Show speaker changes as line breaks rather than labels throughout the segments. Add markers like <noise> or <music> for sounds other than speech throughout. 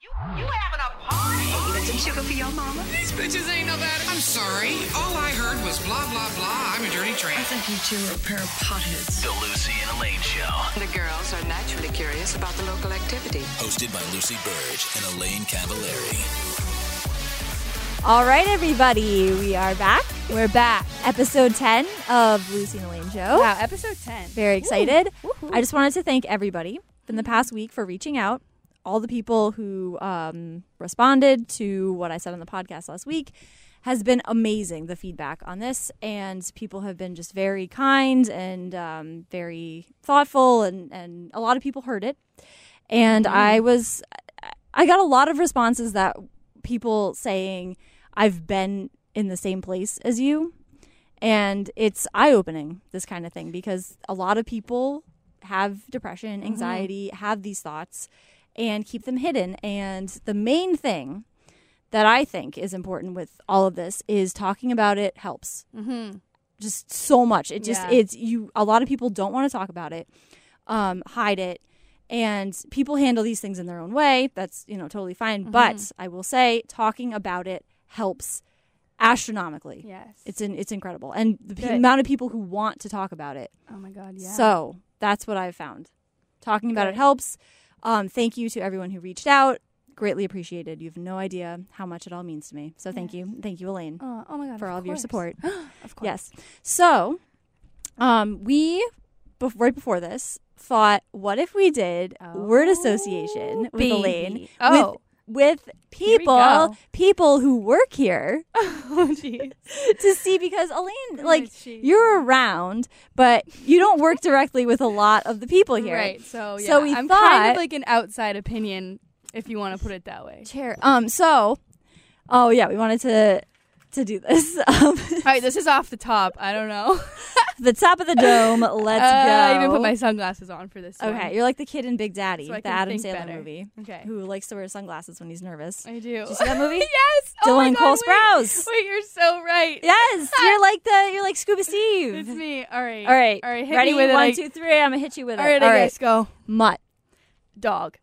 You having a party? Even some sugar for your mama?
These bitches ain't no bad. I'm sorry. All I heard was blah, blah, blah. I'm a dirty tramp.
I think you two are a pair of potheads.
The Lucy and Elaine Show.
The girls are naturally curious about the local activity.
Hosted by Lucy Burge and Elaine Cavallari.
All right, everybody, we are back. We're back. Episode 10 of Lucy and Elaine Show.
Wow, episode 10.
Very excited. I just wanted to thank everybody in the past week for reaching out. All the people who um, responded to what I said on the podcast last week has been amazing, the feedback on this. And people have been just very kind and um, very thoughtful, and, and a lot of people heard it. And I was, I got a lot of responses that people saying I've been in the same place as you. And it's eye opening, this kind of thing, because a lot of people have depression, anxiety, have these thoughts and keep them hidden. And the main thing that I think is important with all of this is talking about it helps. Just so much. It just,
Yeah.
it's you, a lot of people don't want to talk about it, um, hide it. And people handle these things in their own way. That's, you know, totally fine. But I will say, talking about it helps astronomically.
Yes.
It's in, it's incredible, and the pe-
Good.
amount of people who want to talk about it.
oh my god, yeah.
So that's what I've found. Talking about it helps. Um, thank you to everyone who reached out. Greatly appreciated. You have no idea how much it all means to me. So thank you, thank you, Elaine,
oh, oh my god,
for all of your
course.
support.
<gasps> Of course.
yes. So, um, we bef- right before this thought, what if we did word association with
baby.
Elaine?
Oh.
<laughs> With, with
we
people,
go.
people who work here
oh jeez.
to see because Elaine, like
jeez.
you're around, but you don't work directly with a lot of the people here.
Right. So yeah.
So we
I'm
thought
kind of like an outside opinion if you want to put it that way.
chair. Um. So, oh yeah, we wanted to to do this. <laughs> Um,
All right, this is off the top. I don't know.
the top of the
<laughs>
dome. Let's
Uh,
go.
I even put my sunglasses on for this.
Okay, you're like the kid in Big Daddy,
So I
the
can
Adam
think
Sandler
better.
movie,
Okay.
who likes to wear sunglasses when he's nervous.
one. I <laughs> do.
Did you see that movie?
yes. oh my
Dylan
God,
Cole
wait.
Sprouse.
<laughs> Wait, you're so right.
Yes, you're like the you're like Scuba Steve.
It's me. All right.
All right,
All right. Hit
ready?
me with it.
One,
I-
two, three. I'm gonna hit you with
All
it.
right, I guess go.
mutt,
Dog.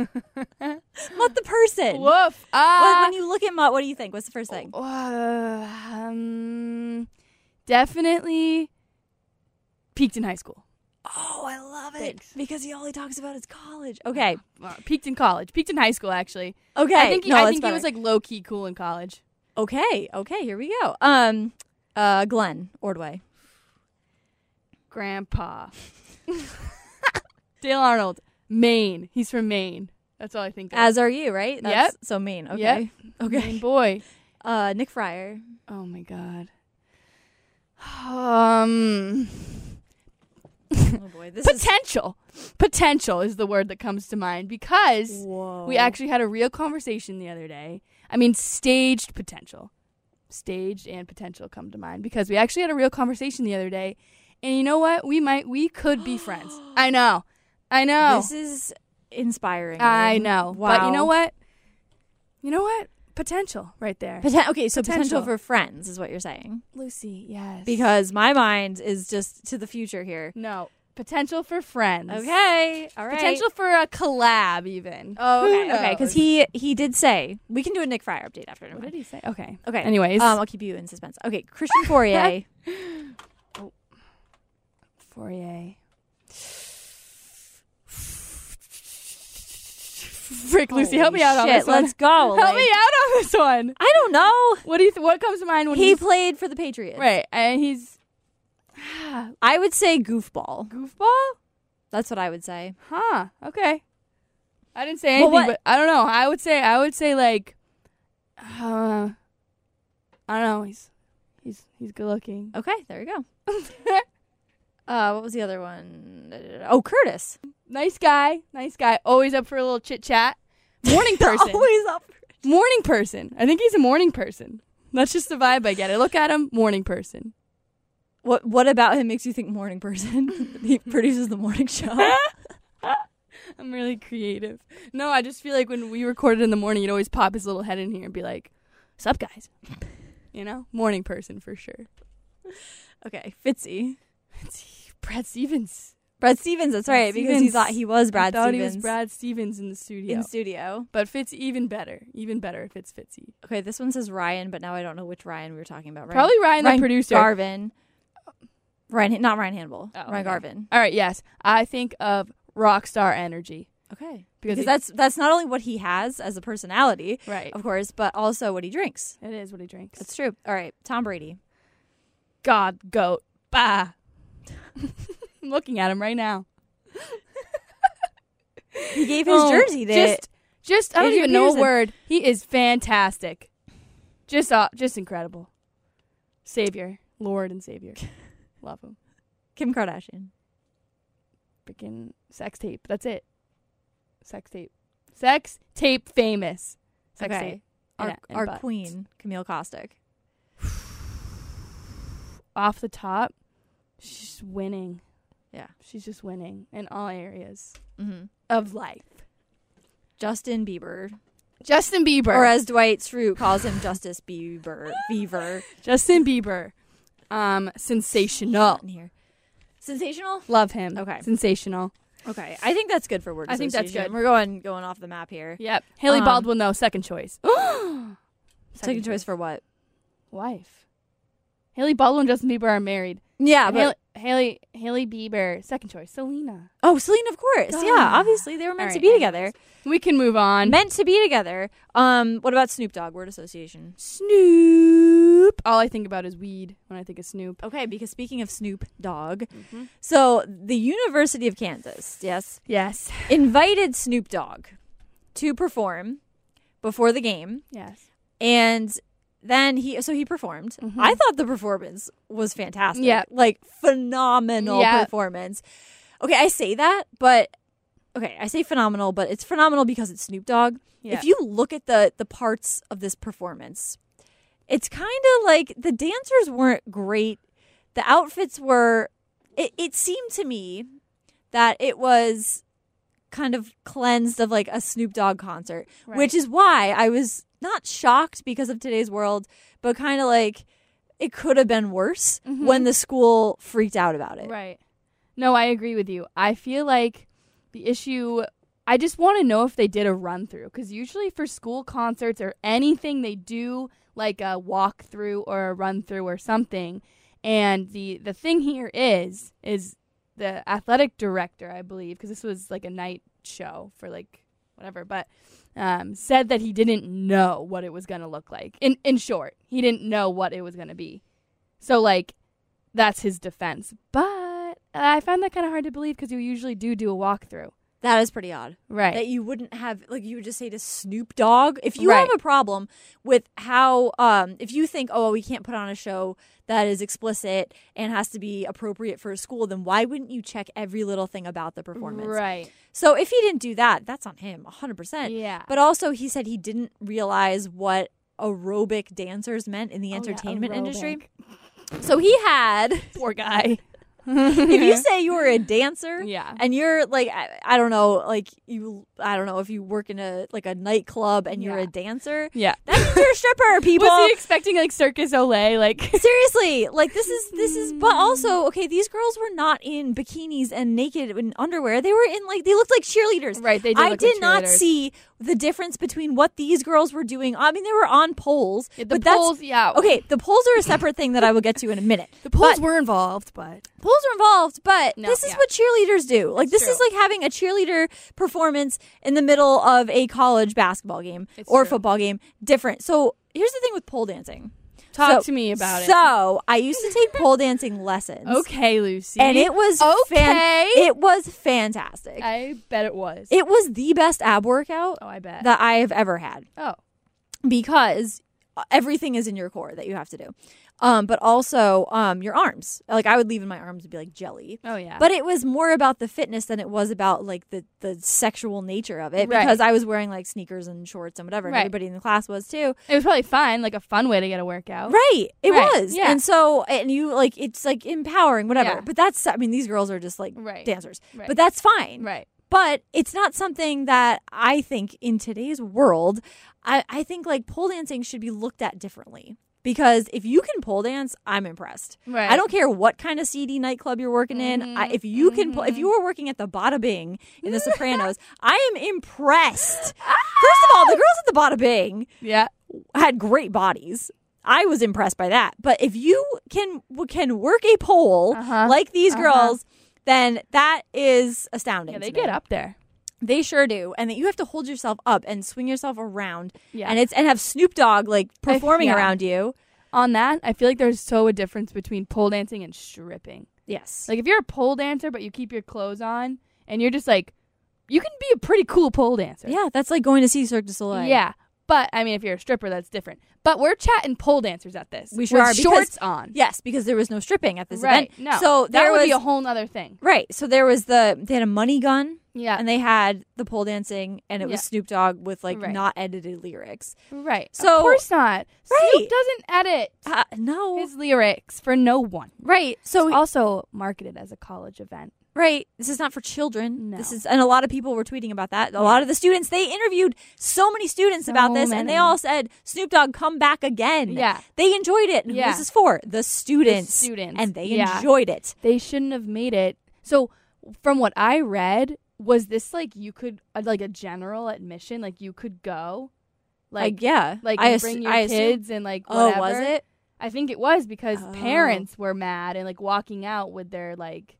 mutt the person.
Woof.
Well,
Ah.
when you look at mutt, what do you think? What's the first thing?
Uh, um, definitely peaked in high school.
Oh, I love it.
Thanks.
Because he all he talks about is college. Okay.
Uh, peaked in college. Peaked in high school, actually.
Okay.
I think he,
no,
I
that's
think he
better.
was like low key cool in college.
Okay, okay, here we go. Um uh Glenn Ordway.
Grandpa.
<laughs>
Dale Arnold, Maine. He's from Maine. That's all I think. Of.
As are you, right?
Yep.
so mean. Okay.
Yep.
Okay.
Maine boy.
Uh Nick Fryer.
Oh my god. Um,
<laughs> Oh boy. This is
potential. Potential is the word that comes to mind because
Whoa.
We actually had a real conversation the other day. I mean, staged potential. Staged and potential come to mind because we actually had a real conversation the other day. And you know what? We might, we could
<gasps>
be friends. I know. I know.
This is inspiring.
I
Erin.
know.
Wow.
But you know what? You know what? Potential right there.
Poten- okay, so potential
Potential.
for friends is what you're saying.
Lucy, yes.
Because my mind is just to the future here.
no, potential for friends.
Okay. All right.
Potential for a collab, even.
Oh,
Who
okay. Okay, cuz
knows?
he he did say we can do a Nick Fryer update after. never
What
mind.
did he say? Okay.
Okay.
Anyways.
um, I'll keep you in suspense. Okay, <laughs> Christian Fourier.
Fourier. Frick, Lucy, help me out on
Shit,
this one.
let's <laughs> go.
<laughs> help
like-
me out on this one.
I don't know.
What do you? Th- what comes to mind when
He
he's
played for the Patriots.
right? And he's ah,
I would say goofball.
goofball,
That's what I would say.
huh? Okay. I didn't say
Well,
anything,
what-
but I don't know. I would say I would say like, uh, I don't know. He's he's he's good looking.
Okay, there you go. <laughs> Uh, what was the other one? Oh, Curtis. <laughs>
nice guy, nice guy. Always up for a little chit chat.
<laughs>
Morning person.
Always up.
morning person. I think he's a morning person. That's just the vibe I get. I look at him, morning person.
What What about him makes you think morning <laughs> person? he produces the morning show. <laughs>
I'm really creative. No, I just feel like when we recorded in the morning, he'd always pop his little head in here and be like, "Sup, guys?" You know, morning person for sure.
okay, Fitzy.
Brad Stevens.
Brad Stevens. That's right, because he
Stevens.
thought he was Brad
I thought
Stevens
he was Brad Stevens in the studio.
in studio.
but Fitz even better. Even better if it's Fitzy.
Okay, this one says Ryan, but now I don't know which Ryan we were talking about. Ryan,
Probably Ryan, the producer.
Garvin. Ryan, not Ryan Hannibal.
Oh,
Ryan
okay.
Garvin.
All right, yes. I think of rock star energy.
Okay, because,
Because he-
that's that's not only what he has as a personality,
Right.
Of course, but also what he drinks.
It is what he drinks.
That's true. All right, Tom Brady.
God, goat. Bah. <laughs> I'm looking at him right now.
He gave his
Oh,
jersey to
Just, just I don't
Adrian
even know
Peterson.
a word. He is fantastic. Just, uh, just incredible. Savior, Lord, and
<laughs>
Savior. Love him.
Kim Kardashian.
Freaking sex tape. That's it. Sex tape. Sex tape. Famous. Sex
Okay.
tape.
Our,
And- and
our
butts.
queen, Camille Kostick.
Off the top, she's just winning.
Yeah.
She's just winning in all areas
Mm-hmm.
of life.
Justin Bieber,
Justin Bieber.
or as Dwight Schrute calls him, Justice Bieber. Beaver.
Justin Bieber. Um, sensational.
In here. Sensational.
Love him.
Okay.
Sensational.
Okay, I think that's good for word.
I think that's
association.
good.
We're going going off the map here.
Yep. Haley
Um,
Baldwin, though, second choice. <gasps> second,
Second choice for what?
wife. Haley Baldwin and Justin Bieber are married.
Yeah,
And
but
Haley, Haley Haley Bieber, second choice. Selena.
oh, Celine, of course.
God.
Yeah, obviously they were meant
Ah. All
to be
right,
together.
We can move on.
Meant to be together. Um, what about Snoop Dogg? Word association.
Snoop. All I think about is weed when I think of Snoop.
Okay, because speaking of Snoop Dogg,
Mm-hmm.
so the University of Kansas, yes,
Yes.
invited Snoop Dogg to perform before the game,
Yes.
and then he so he performed. I thought the performance was fantastic.
Mm-hmm. Yeah.
like phenomenal
Yeah.
performance. Okay, I say that, but okay, I say phenomenal, but it's phenomenal because it's Snoop Dogg.
Yeah.
If you look at the the parts of this performance, it's kind of like the dancers weren't great. The outfits were. It, it seemed to me that it was kind of cleansed of like a Snoop Dogg concert,
Right.
which is why I was not shocked because of today's world, but kind of like it could have been worse when the school freaked out about it.
Mm-hmm. Right. No, I agree with you. I feel like the issue. I just want to know if they did a run through because usually for school concerts or anything they do like a walk through or a run through or something. And the the thing here is is the athletic director, I believe, because this was like a night show for like whatever, but um, said that he didn't know what it was gonna look like. In in short, he didn't know what it was gonna be. So like that's his defense. But I found that kind of hard to believe because you usually do do a walkthrough.
That is pretty odd.
Right.
That you wouldn't have like you would just say to Snoop Dogg. If you have
Right.
a problem with how um if you think, oh we can't put on a show that is explicit and has to be appropriate for a school, then why wouldn't you check every little thing about the performance?
Right. Oh,
So if he didn't do that, that's on him, hundred percent.
Yeah.
But also he said he didn't realize what aerobic dancers meant
Oh,
in the entertainment industry. So he had
<laughs>
<laughs>
Poor guy.
if you say you were a dancer
<laughs> Yeah.
and you're like I, I don't know like you i don't know if you work in a like a nightclub and you're
Yeah.
a dancer
<laughs> Yeah. <laughs>
that means you're a stripper people
Was he expecting like Circus Olay? Like
<laughs>
<laughs>
seriously like this is this is but also okay these girls were not in bikinis and naked in underwear they were in like they looked like cheerleaders
Right, they did
i
look like
did not
cheerleaders.
see the difference between what these girls were doing i mean they were on poles
Yeah, the
but that's-
poles, yeah.
okay the poles are a separate thing that i will get to in a minute
the polls
But-
were involved, but
Poles are involved, but
No,
this is
yeah.
what cheerleaders do. Like
That's
this is like having a cheerleader performance in the middle of a college basketball game
It's
or
true.
football game. Different. So here's the thing with pole dancing.
talk
So-
to me about it.
So I used to take pole
<laughs>
dancing lessons.
Okay, Lucy.
And it was
okay.
fan- it was fantastic.
I bet it was.
it was the best ab workout
oh, I bet.
that I have ever had
oh,
because everything is in your core that you have to do. Um, but also um, your arms. Like I would leave in my arms would be like jelly.
Oh, yeah.
But it was more about the fitness than it was about like the the sexual nature of it
Right.
because I was wearing like sneakers and shorts and whatever. And
Right.
everybody in the class was too.
It was probably fun, like a fun way to get a workout.
Right. It
Right,
was.
yeah.
And so and you like it's like empowering whatever.
Yeah.
But that's I mean these girls are just like
Right.
dancers.
Right.
But that's fine
Right.
but it's not something that I think in today's world, I, I think like pole dancing should be looked at differently. Because if you can pole dance, I'm impressed.
Right. Mm-hmm.
I don't care what kind of CD nightclub you're working in. I, if you can, pull, if you were working at the Bada Bing in The
<laughs>
Sopranos, I am impressed. First of all, the girls at the Bada Bing
Yeah.
had great bodies. I was impressed by that. But if you can can work a pole
Uh-huh.
like these girls, then that is astounding.
Yeah, they
to me.
get up there.
They sure do, and that you have to hold yourself up and swing yourself around,
Yeah.
and it's and have Snoop Dogg like performing
yeah.
around you.
On that, I feel like there's so a difference between pole dancing and stripping.
Yes,
Like if you're a pole dancer but you keep your clothes on and you're just like you can be a pretty cool pole dancer.
yeah, that's like going to see Cirque du Soleil.
Yeah. But I mean if you're a stripper that's different. But we're chatting pole dancers at this.
we sure
with
are because-
shorts on.
Yes, because there was no stripping at this
Right.
event.
No.
so
that
there
would
was
be a whole other thing.
right. So there was the they had a money gun.
Yeah.
and they had the pole dancing, and it
Yeah.
was Snoop Dogg with like
Right.
not edited lyrics.
Right.
So-
of course not.
Right.
Snoop doesn't edit
Uh, no,
his lyrics for no one.
right. So
It's also marketed as a college event.
Right. This is not for children.
No.
This is, and a lot of people were tweeting about that. A lot of the students, they interviewed so many students
So
about this, and
many.
they all said, Snoop Dogg, come back again.
Yeah.
They enjoyed it. And
Yeah.
who's this for? The students.
students.
And they
Yeah.
enjoyed it.
They shouldn't have made it. So from what I read, was this like you could uh, like a general admission, like you could go,
Like,
like
yeah.
like
I
you
ass-
bring your
I assume-
kids and like
Oh,
whatever.
was it?
I think it was because
Oh.
parents were mad and like walking out with their like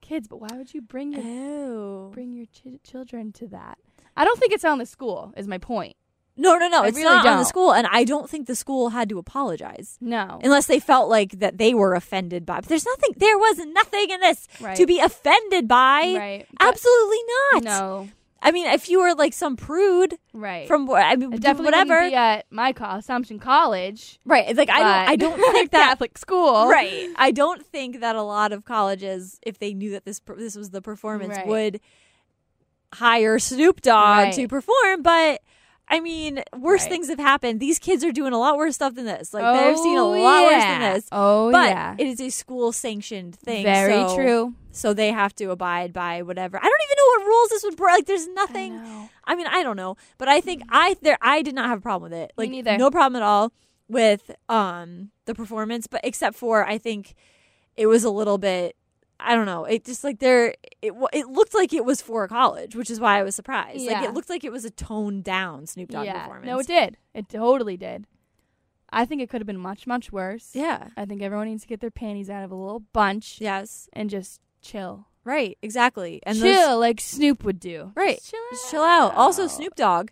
kids. But why would you bring your
Oh.
bring your chi- children to that? I don't think it's on the school. Is my point.
No, no, no.
I
It's
really
not on the
don't.
school. And I don't think the school had to apologize.
No.
Unless they felt like that they were offended by, but there's nothing. There was nothing in this
Right.
to be offended by.
Right. But-
Absolutely not.
No.
I mean, if you were like some prude,
Right.
from where I mean,
I
do
definitely wouldn't
whatever.
be at my co- Assumption College.
right. It's like I don't. I
<laughs>
don't think that.
Catholic school.
Right. I don't think that a lot of colleges, if they knew that this per- this was the performance,
Right.
would hire Snoop Dogg to
Right.
perform. But I mean, worse
Right.
things have happened. These kids are doing a lot worse stuff than this. Like they've seen a lot worse than
yeah.
this.
Oh
but
yeah.
it is a school sanctioned thing.
Very
so-
true.
So they have to abide by whatever. I don't even know what rules this would break. Like, there's nothing.
know.
I mean, I don't know, but I think I there I did not have a problem with it. Like
neither.
no problem at all with um the performance, but except for I think it was a little bit I don't know. It just like there it wa- it looked like it was for a college, which is why I was surprised. Like
Yeah.
it looked like it was a toned down Snoop Dogg
yeah.
performance.
No, it did. It totally did. I think it could have been much, much worse.
Yeah.
I think everyone needs to get their panties out of a little bunch
Yes.
and just chill.
Right. Exactly. And
chill
those-
like Snoop would do.
Right.
Just chill out.
Just chill out. Also, Snoop Dogg,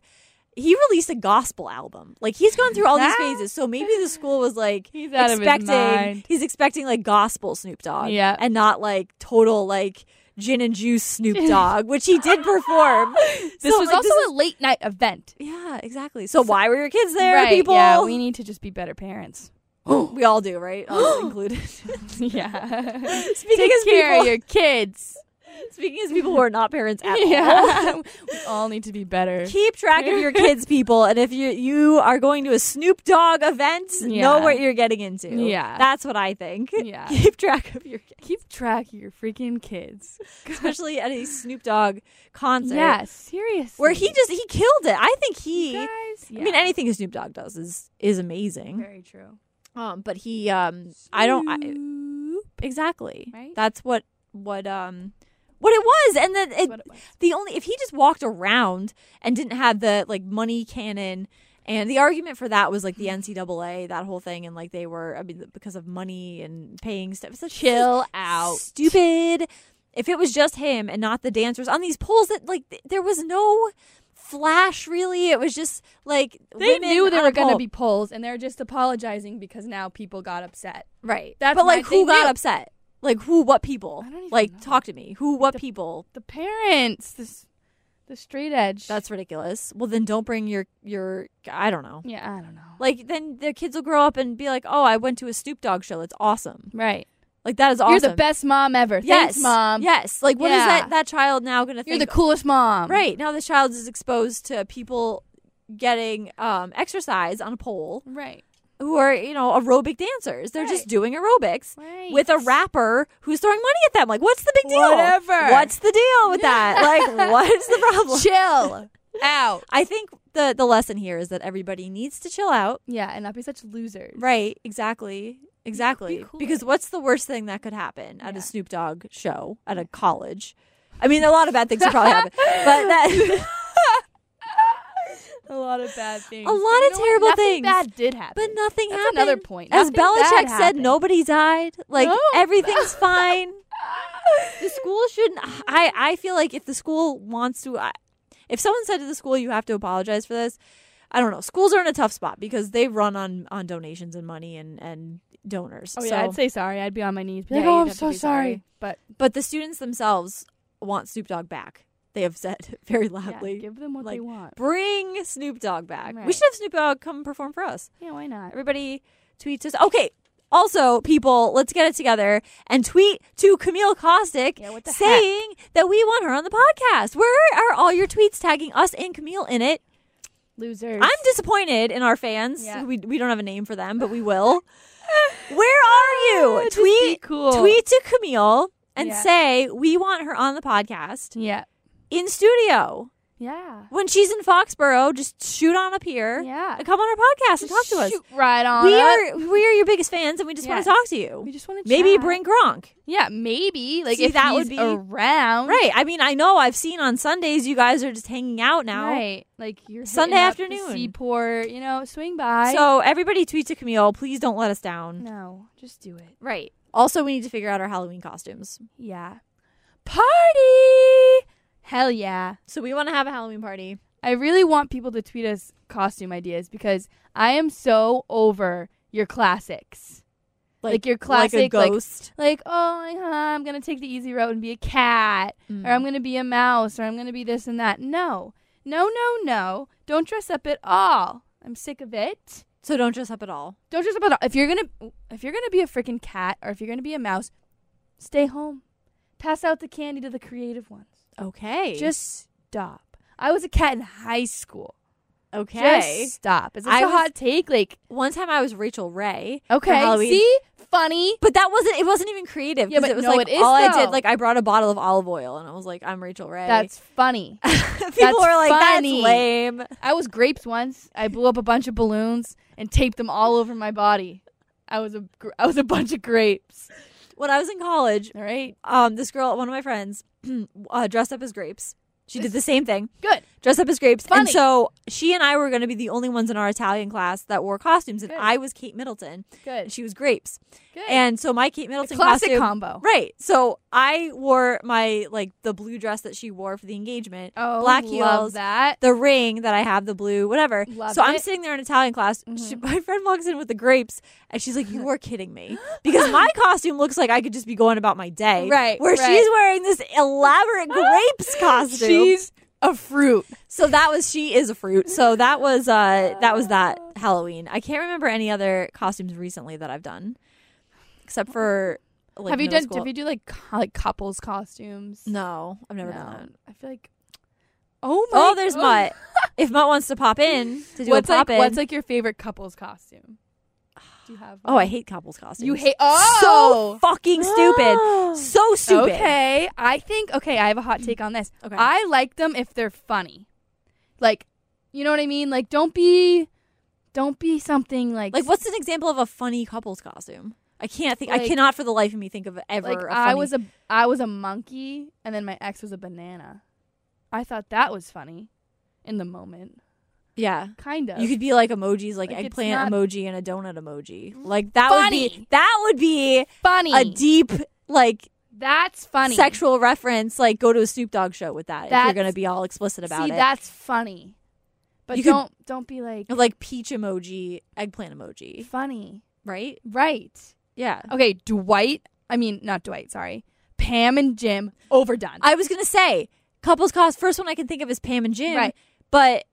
he released a gospel album. Like he's gone through all these phases. So maybe the school was like
He's out of his
expecting
mind.
he's expecting like gospel Snoop Dogg.
Yeah.
And not like total like gin and juice
<laughs>
Snoop Dogg, which he did perform.
This
So,
was
like,
also
is-
a late night event.
Yeah, exactly. So, why were your kids there,
right.
people?
Yeah.
<gasps>
We
we,
need to just be better parents.
all do, right?
<gasps>
All included.
<laughs>
<laughs>
yeah.
speaking
Take
as
care
people
of your kids.
<laughs> speaking as people who are not parents at all.
<laughs> Yeah. <laughs> we all need to be better.
keep track of your kids, people. And if you you are going to a Snoop Dogg event, know
Yeah.
what you're getting into.
Yeah.
that's what I think. <laughs>
Yeah.
keep track of your kids,
Keep track of your freaking kids.
especially at a Snoop Dogg concert.
Yeah, seriously.
where he just he killed it. I think he.
guys,
I mean, anything Snoop Dogg does is is amazing.
very true.
Um, but he, um, I don't, I,
I,
exactly.
Right?
That's what what um what it was, and then it,
what it was.
the only if he just walked around and didn't have the like money cannon. And the argument for that was like
Mm-hmm.
the NCAA, that whole thing, and like they were, I mean, because of money and paying stuff. It's like,
Chill
this is
out.
stupid. If it was just him and not the dancers on these polls, that like th- there was no flash really. It was just like
they knew there were
going
going to be polls, and they're just apologizing because now people got upset.
right.
That's
but
my
like who
thing,
got
too.
upset? Like who? What people?
I don't even
like
know.
talk to me. Who? What people?
The parents, this, The straight edge.
That's ridiculous. Well, then don't bring your your. I don't know.
yeah. I don't know.
Like then their kids will grow up and be like, "Oh, I went to a Stoop Dog show. It's awesome.
Right.
Like that is awesome.
You're the best mom ever.
Yes,
Thanks, mom.
Yes. Like what is
Yeah.
that that child now going to
You're
think?
the coolest mom.
Right now, the child is exposed to people getting um, exercise on a pole
Right.
who are you know aerobic dancers. They're just
Right.
doing aerobics
Right.
with a rapper who's throwing money at them. Like, what's the big deal?
Whatever.
What's the deal with that?
<laughs>
like, what is the problem?
<laughs> Chill out.
I think the the lesson here is that everybody needs to chill out.
Yeah, and not be such losers.
Right. Exactly. Exactly.
cooler.
because what's the worst thing that could happen at
Yeah.
a Snoop Dogg show at a college? I mean, a lot of bad things could probably
<laughs>
happen, but that.
A lot of bad things.
A lot
But you
of
know what?
terrible
Nothing
things.
Bad did happen.
But
<laughs>
nothing
That's
happened.
another point.
As
Nothing
Belichick
bad
said,
happened.
nobody died. Like
No. <laughs>
everything's fine. The school shouldn't. I I feel like if the school wants to, I, if someone said to the school, "You have to apologize for this," I don't know. Schools are in a tough spot because they run on on donations and money and and donors.
Oh
so,
yeah, I'd say sorry. I'd be on my knees. Be
Yeah,
like, oh,
you'd
I'm
have to
so
be
sorry.
sorry.
But
but the students themselves want Snoop Dogg back. They have said <laughs> very loudly.
give them what they
like,
want.
Bring Snoop Dogg back. We
Right.
should have Snoop Dogg come perform for us.
yeah, why not?
Everybody tweets us. Okay. Also, people, let's get it together and tweet to Camille Caustic
Yeah, what the
saying that we want her on the podcast. Where are all your tweets tagging us and Camille in it?
Losers.
I'm disappointed in our fans.
Yeah.
We, we don't have a name for them, but we will. Where
<laughs>
are you?
just be
tweet
cool.
tweet to Camille and
Yeah.
say we want her on the podcast
Yeah.
in studio.
Yeah.
When she's in Foxborough, just shoot on up here.
Yeah.
And come on our podcast and talk to us.
Shoot right on.
We
up.
are we are your biggest fans, and we just want
Yes.
to talk to you.
We just wanna
maybe
chat.
bring Gronk.
Yeah, maybe. Like
See,
if
that
he's
would be-
around.
Right. I mean, I know I've seen on Sundays you guys are just hanging out now.
Right. Like you're
Sunday
hitting up the
afternoon.
seaport, you know, swing by.
So everybody tweet to Camille. Please don't let us down.
no, just do it.
Right. Also, we need to figure out our Halloween costumes.
Yeah. Party. Hell yeah.
So we want to have a Halloween party.
I really want people to tweet us costume ideas because I am so over your classics. Like, your
like
classic like-
a ghost.
Like, oh, like, huh, I'm going to take the easy road and be a cat, or I'm going to be a mouse, or I'm going to be this and that. No. No, no, no. Don't dress up at all. I'm sick of it.
so don't dress up at all.
Don't dress up at all. If you're going to if you're going to be a freaking cat or if you're going to be a mouse, stay home. Pass out the candy to the creative ones.
Okay. Just
Just stop. I was a cat in high school.
okay.
Just stop. Is this
I
a
was-
hot take? Like,
One time I was Rachel Ray. for
okay,
Halloween.
see, funny.
But that wasn't. It wasn't even creative.
Yeah,
'cause
but
it was
no,
like
it is,
all I
though.
did. Like I brought a bottle of olive oil and I was like, I'm Rachel Ray.
That's funny.
<laughs> people
That's
were like,
funny.
"That's lame."
I was grapes once. I blew up a bunch of balloons and taped them all over my body. I was a gr- I was a bunch of grapes.
When I was in college,
All right,
um, this girl, one of my friends, <clears throat> uh, dressed up as grapes. She did the same thing,
good.
dressed up as grapes, and
Funny.
so she and I were going to be the only ones in our Italian class that wore costumes, and
Good.
I was Kate Middleton, and
Good.
she was grapes,
Good.
and so my Kate Middleton
classic
costume,
combo.
right? So I wore my like the blue dress that she wore for the engagement,
oh,
black
love
heels,
that.
the ring that I have, the blue, whatever.
Love
so I'm
it. Mm-hmm.
sitting there in Italian class. She, <laughs> my friend walks in with the grapes, and she's like,
<laughs>
"You are kidding me," because my costume looks like I could just be going about my day,
Right,
Where
right.
she's wearing this elaborate
<laughs>
grapes costume.
She's a fruit.
so that was she is a fruit. So that was uh that was
<laughs>
that Halloween. I can't remember any other costumes recently that I've done, except for like,
have you
middle
done?
school.
Have you do like co- like couples costumes?
No, I've never done
no.
that.
I feel like. Oh my.
Oh, there's
God.
Mutt. If Mutt wants to pop in to do
What's
a pop
like
in,
what's like your favorite couples costume? Do you have?
oh, I hate couples costumes.
You hate
so
oh
fucking stupid. So stupid.
Okay, I think okay, I have a hot take on this.
Okay.
I like them if they're funny. Like, you know what I mean? Like don't be don't be something like
Like, what's an example of a funny couple's costume? I can't think. I
Like-
cannot for the life of me think of ever.
like
a
I
funny-
was a I was a monkey and then my ex was a banana. I thought that was funny in the moment.
yeah.
Kind of.
You could be like emojis, like,
Like, it's
eggplant
not-
emoji and a donut emoji. Like that would be
Funny.
that would be
funny.
a deep like
that's funny.
sexual reference. Like go to a Snoop Dogg show with that if
That's-
you're gonna be all explicit about
See,
it.
that's funny. But
You could-
don't don't be like
like peach emoji, eggplant emoji,
funny.
right?
Right.
Yeah.
Okay, Dwight. I mean, not Dwight. Sorry, Pam and Jim overdone.
I was gonna say couples cost first one I can think of is Pam and Jim.
Right.
But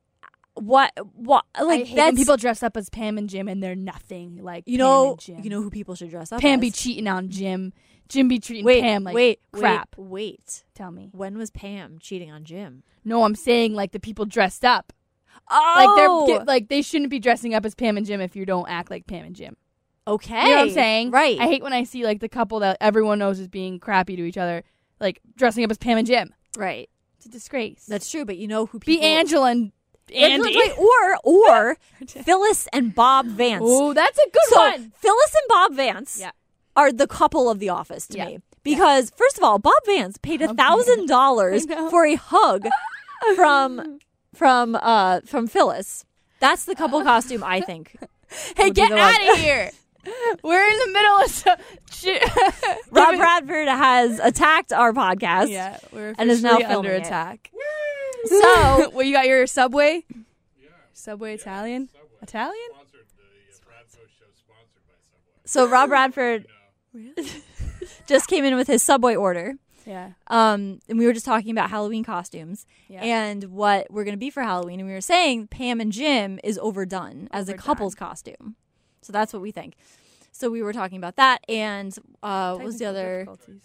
what what
Like I
like
hate
that's
when people dress up as Pam and Jim and they're nothing. Like
you
Pam
know
and Jim.
you know who people should dress up
Pam
as?
be cheating on Jim. Jim be treating
wait,
Pam like
wait,
crap.
Wait, wait.
Tell me.
When was Pam cheating on Jim?
No, I'm saying like the people dressed up.
Oh,
Like they're get, like they shouldn't be dressing up as Pam and Jim if you don't act like Pam and Jim.
okay.
You know what I'm saying?
Right.
I hate when I see like the couple that everyone knows is being crappy to each other, like dressing up as Pam and Jim.
right.
It's a disgrace.
That's true, but you know who
be
people
Angela and
Angela's
Andy.
right, or <laughs> or Phyllis and Bob Vance.
Oh, that's a good
so
one.
Phyllis and Bob Vance
Yeah.
are the couple of The Office to
Yeah.
me because first of all, Bob Vance paid a thousand dollars
I know.
for a
<laughs>
hug from from uh from Phyllis. That's the couple costume I think.
<laughs> Hey,
would be
get
the one.
out of here. We're in the middle of some shit.
Rob Bradford has attacked our podcast.
<laughs> Yeah, we're
And is now
officially
filming
under
it.
attack. <laughs>
So
well, you got your Subway? Subway Italian? Italian?
so Rob Bradford <laughs> just came in with his subway order.
Yeah.
Um, and we were just talking about Halloween costumes
Yeah.
and what we're gonna be for Halloween, and we were saying Pam and Jim is overdone as a
Overdone.
couple's costume, so that's what we think. So we were talking about that, and uh, what was the
Technical
other?
difficulties.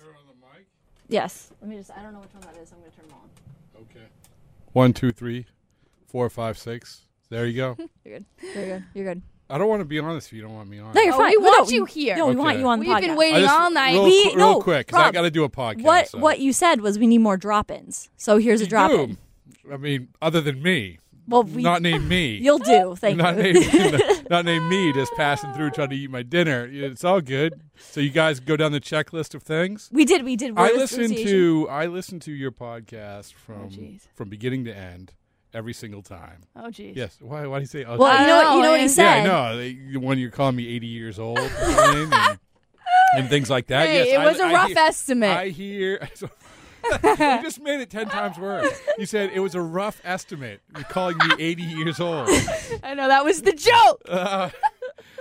Yes, let me just. I don't know which one that is. I'm gonna turn them on.
Okay. One, two, three, four, five, six. There
<laughs>
you go.
You're good. You're good. You're
<laughs>
good.
I don't want to be honest if you don't want me on.
No, you're
Oh,
fine.
we
No,
want
no,
you here.
No, we want
Okay.
you on the
We've been
podcast.
waiting
I just-
all night.
Real,
We-
qu- real
no,
quick, 'cause I
Rob,
got to do a podcast.
What
so.
what you said was we need more drop-ins. So here's a
You
drop-in.
do. I mean, other than me,
Well, we
not name me.
<laughs> you'll do. Thank
<laughs> not
you. <laughs>
name, not name me. Just passing through trying to eat my dinner. It's all good. So you guys go down the checklist of things.
we did. We did.
I
word
listen
association. Oh,
to I listen to your podcast from
jeez.
from beginning to end every single time.
Oh, jeez.
Yes. Why Why do you say? Oh,
Well,
I
you know, what
know,
you know what he
yeah.
said.
yeah, I know. They- When you're calling me 80 years old or something
<laughs>
and, and things like that.
Hey,
yes,
it was
a
a rough estimate.
I hear. <laughs> you just made it 10 times worse. You said it was a rough estimate. You're calling me 80 years old.
I know that was the joke. <laughs>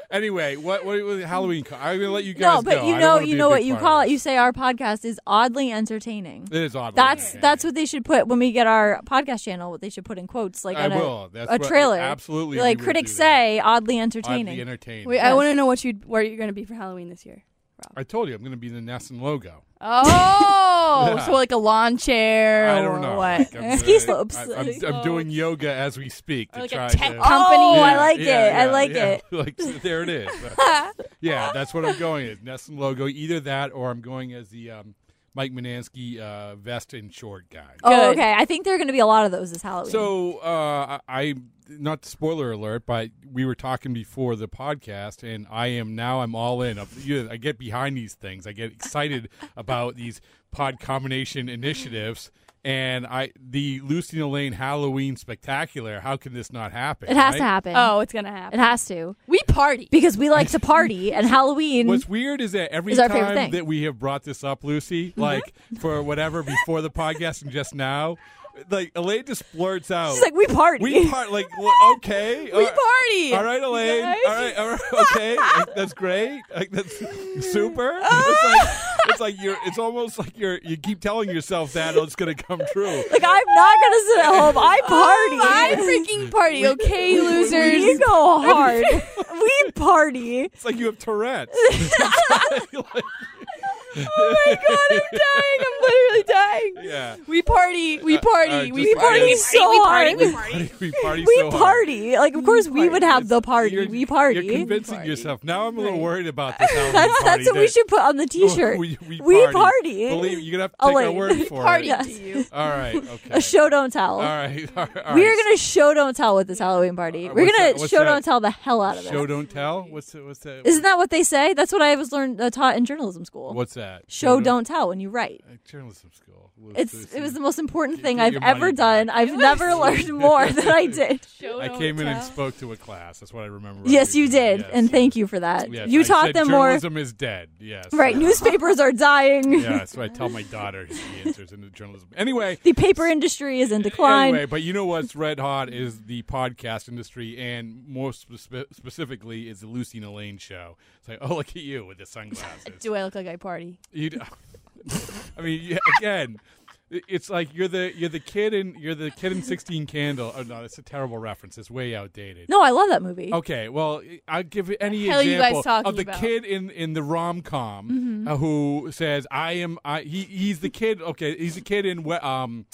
Anyway, what what was Halloween? co- I'm gonna let you guys
No, but
go.
you
I don't
know,
wanna be
you
a
know
big
what you
part
call
of
it. You say our podcast is oddly entertaining.
this. It is odd.
That's that's what they should put when we get our podcast channel. What they should put in quotes, like
I
on a,
will. That's
a
what-
trailer.
absolutely,
Like
we will
critics
do that.
say, oddly
I'm
entertaining. uh,
the entertainer.
Wait, I want to know what you where you're going to be for Halloween this year.
I told you I'm going to be the Nessun logo.
Oh, <laughs>
Yeah.
so like a lawn chair
I
or
don't know.
what? <laughs>
Like, I'm
Oh, Ski
doing-
slopes.
I, am doing yoga as we speak. To
like a
try
tech
to,
company. Oh, <laughs>
I like it. I
yeah,
like
yeah.
it.
<laughs> like there it is.
<laughs>
yeah, that's what I'm going as. Nessun logo. Either that, or I'm going as the um, Mike Manansky uh, vest and short guy.
Oh,
Good.
okay. I think there are going to be a lot of those this Halloween.
So uh, I, I- not spoiler alert, but we were talking before the podcast, and I am now I'm all in. I'm, you know, I get behind these things. I get excited <laughs> about these pod combination initiatives. And I, the Lucy Lane Halloween Spectacular. How can this not happen?
it has
right?
to happen.
Oh, it's gonna
it
happen.
has to
we party.
because we like to party,
<laughs>
and Halloween.
What's weird is that every
It's our favorite
time
thing. Mm-hmm.
that we have brought this up, Lucy, like for whatever before the podcast and just now, like Elaine just blurts
<laughs>
out.
She's like, <laughs> we party.
We part like wh-
<laughs>
okay.
we
all right.
party.
All right, Elaine.
guys.
All right, all right, okay. Like, that's great. Like
<laughs>
that's super.
Ah.
It's like it's like you're. It's almost like you're. You keep telling yourself that oh, it's gonna come true.
like I'm not going to sit at home. I party.
Oh, I freaking party. Okay, losers.
<laughs> we go
<laughs>
hard. we party.
It's like you have Tourette's. <laughs>
God,
<laughs>
I'm dying. I'm literally dying.
<laughs>
yeah.
We party. We party.
uh,
we
just-
party.
We
so hard.
We party.
we
so hard.
party. Like, of course, we would have the party.
You're-
we party.
You're
<laughs>
convincing
Party.
yourself. Now I'm a little worried about this. Halloween
That's
party
that's what we
that-
should put on the T-shirt.
<laughs> We, we
party. Oh,
Believe you're gonna have to take
Elaine.
my word for
party
it.
Yes.
to you.
<laughs> All right. Okay.
A show don't tell.
All right. <laughs> All right. all
We are
right.
gonna show don't tell with this Halloween party.
Uh,
We're
what's
gonna
that- what's
show
that?
don't tell the hell out of
show
it.
don't tell. What's that? What's that?
Isn't that what they say? That's what I was learned uh, taught in journalism school.
What's that?
Show don't tell when you write.
Uh, Journalism school. Well,
It's
it's-
it was the most important
Get-
thing
get
I've
your
ever
money
done.
back.
I've never
<laughs>
learned more than I did.
I came in and spoke to a class. That's what I remember.
Yes, you did, and thank you for that. you taught them more.
Journalism is dead. Yes.
<laughs> Right, newspapers are dying.
<laughs> Yeah, so I tell my daughter she answers into journalism. Anyway,
The paper industry is in decline.
Anyway, but you know what's red hot is the podcast industry, and more spe- specifically is the Lucy and Elaine show. It's like, oh, look
<laughs>
at you with the sunglasses.
Do I look like I party?
you, I mean, yeah, again, It- It's like you're the you're the kid in you're the kid in sixteen candle. Oh no, that's a terrible reference. It's way outdated.
No, I love that movie.
Okay, well, I'll give any
hell you guys
example
talking
of the
about?
kid in in the rom com
Mm-hmm.
uh, who says, "I am." I, he he's the kid. Okay, he's the kid in we- um,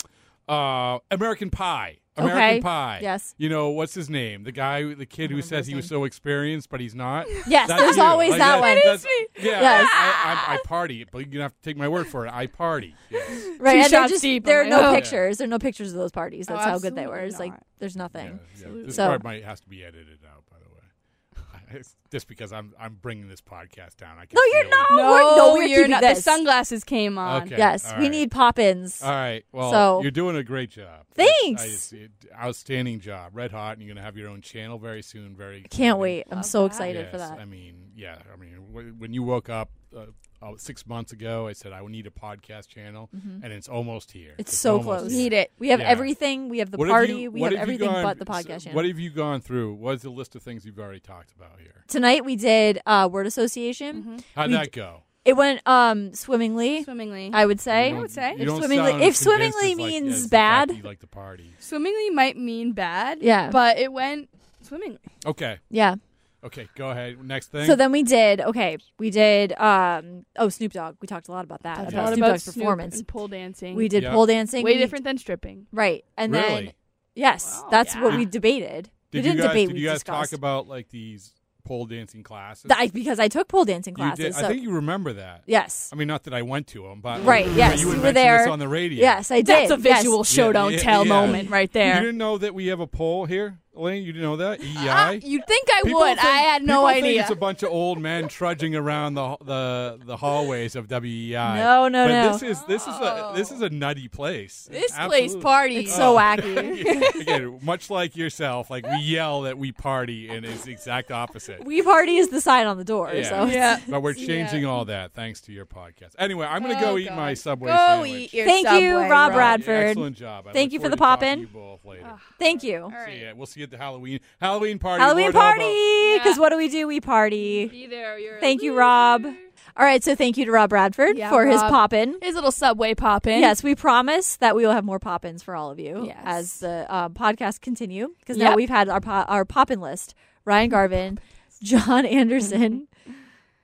uh, American Pie. American
Okay,
Pie.
yes.
You know what's his name? The guy, the kid who says he was so experienced, but he's not.
Yes,
That's
there's
you.
always
Like,
that, one.
that's- Yeah,
Yes.
I, I, I party, but you're gonna have to take my word for it. I party. Yes.
Right,
Two
and they're
shots
just-
deep,
There are
I'm
no
like, oh.
pictures. There are no pictures of those parties. That's how good they were.
absolutely
It's like
not.
there's
Yeah,
nothing.
yeah. This
So-
part might has to be edited out, by the way. <laughs> It's just because I'm I'm bringing this podcast down. I can
No, you're
feel
<laughs>
it.
not. we're, no, we're
you're
keeping
not.
This.
The sunglasses came on.
Okay.
Yes,
all
we
right.
need Poppins.
All right. Well,
So-
you're doing a great job.
Thanks.
I just- it- outstanding job. Red hot, and you're going to have your own channel very soon. Very
Can't wait. I'm so
that.
excited for
Yes,
that.
I mean, yeah. I mean, wh- when you woke up uh, oh, six months ago, I said I would need a podcast channel, and it's almost here.
Mm-hmm. it's, so
almost
close.
here.
it.
We have
Yeah.
everything. We have the
What have
party.
you-
we
what
have
you
everything
gone-
but the podcast.
so
channel.
What have you gone through? What's the list of things you've already talked about here?
Tonight we did uh, word association.
How'd
We
that
d-
go?
It went um, swimmingly.
Swimmingly.
I would say.
You don't-
say.
you
If
don't
swimmingly-
sound
if
as convinced
swimmingly
as, like,
means
as the fact
bad-
that you like the party.
swimmingly might mean bad.
Yeah.
But it went swimmingly.
Okay.
Yeah.
Okay. Go ahead. Next thing.
So then we did. Okay, we did. Um, oh, Snoop Dogg. We talked a lot about that.
That's
Yeah.
about
all
Snoop
about
Dogg's
Snoop
performance.
and pole dancing.
We did
Yeah.
pole dancing.
way
we-
different than stripping.
Right, and
really.
then yes,
Wow.
that's what
Yeah.
we debated.
Did
we didn't
you guys,
debate.
Did
we
you guys
discussed.
talk about like these pole dancing classes?
Th- I, because I took pole dancing
You
classes.
did- I
so-
think you remember that.
yes,
I mean, not that I went to them, but
Right,
but
yes,
you,
you
had
were
mentioned
there.
This on the radio.
yes, I did.
That's a
yes.
visual show
Yeah,
don't
yeah,
tell
yeah.
moment right
You
there.
didn't know that we have a poll here, Elaine. You didn't know
Ah,
that E EI.
Ah, You'd think I
People
would.
think-
I had no
people
idea.
Think it's a bunch of old men trudging around the the the hallways of WEI.
No, no,
but
no.
This is this is a this is a nutty place.
Oh. this
Absolutely.
place parties.
It's so
<laughs>
wacky.
Again, much like yourself, like we yell that we party, and it's the
<laughs>
exact opposite.
We party is the sign on the door. So <laughs>
Yeah.
But we're changing all that thanks to your podcast. Anyway, I'm going to go
Oh,
eat
God.
my Subway
Go
sandwich.
eat your
Thank you,
Subway,
Rob
Yeah,
Radford.
Excellent job. I
Thank
look
you for
forward
the
to talking
pop-in.
to You both later.
Oh,
thank you.
All right.
See ya. We'll see you at the Halloween Halloween party.
Halloween
Lord Elbow.
party. Because what do we do? We party.
Be there. You're a
Thank you, Rob.
loser.
All right, so thank you to Rob Radford
Yeah,
for his
Rob.
pop in.
His little subway poppin'.
Yes, we promise that we will have more pop-ins for all of you
Yes.
as the um, podcast continue. Because now
Yep.
we've had our po- our pop-in list: Ryan Garvin, John Anderson,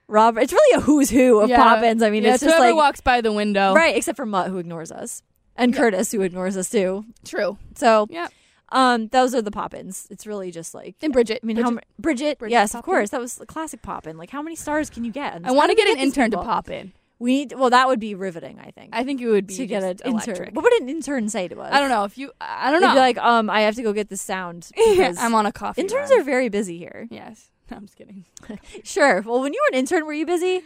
Rob. It's really a who's who of
Mm-hmm. Yeah.
pop-ins. I mean,
Yeah,
it's just
whoever
like
walks by the window.
right, except for Mutt who ignores us and Curtis who ignores us too.
True.
So
Yeah.
um, those are the pop-ins. It's really just like.
And Bridget.
I mean,
Bridget.
how ma- Bridget?
Bridget
yes, of
popped
course. That was the classic pop-in. Like, how many stars can you get?
I want to get an intern
to
to pop in.
We need. Well, that would be riveting. I think.
I think it would be
to get an
just
intern.
electric.
What would an intern say to us?
I don't know if you. I don't
They'd
know.
be like, um, I have to go get the
<laughs>
sound. Because
I'm on a coffee.
interns
run.
are very busy here.
yes. <laughs> No, I'm just kidding.
Sure. Well, when you were an intern, were you busy? I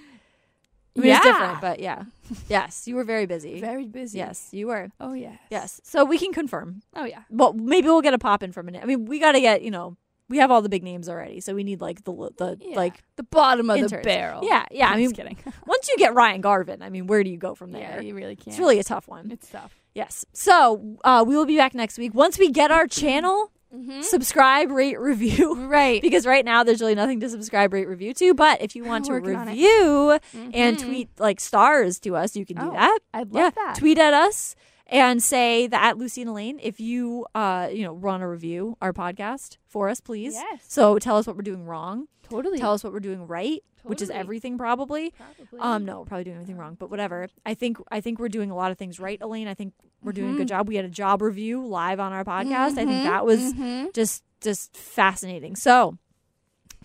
mean, it's
Yeah.
different, but
<laughs>
yeah. Yes, you were very busy.
Very busy.
Yes, you were.
Oh yes.
Yes. So we can confirm.
Oh yeah.
Well, maybe we'll get a pop in from an. I mean, we got to get you know. We have all the big names already, so we need like the the
Yeah.
like
the bottom of the
interns.
barrel.
Yeah, yeah.
I'm
I mean,
just kidding. <laughs>
once you get Ryan Garvin, I mean, where do you go from
yeah,
there?
you really can't.
it's really a tough one.
it's tough.
Yes. So uh, we will be back next week once we get our channel.
Mm-hmm.
Subscribe, rate,
<laughs>
review. <laughs>
Right.
Because right now there's really nothing to subscribe, rate, review to. But if you want to
working on it. Mm-hmm.
review and tweet like stars to us, you can do
Oh,
that.
I'd
yeah.
love that.
Tweet at us and say that at Lucy and Elaine if you uh you know run a review our podcast for us, please.
Yes.
So tell us what we're doing wrong.
Totally.
Tell us what we're doing right, which is
Totally.
everything probably.
Probably.
Um, no, we're probably doing everything wrong, but whatever. I think I think we're doing a lot of things right, Elaine. I think we're doing
Mm-hmm.
a good job. We had a job review live on our podcast. I think that was
Mm-hmm.
just just fascinating. So,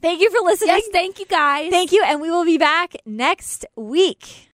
thank you for listening.
Yes. Thank you guys.
Thank you, and we will be back next week.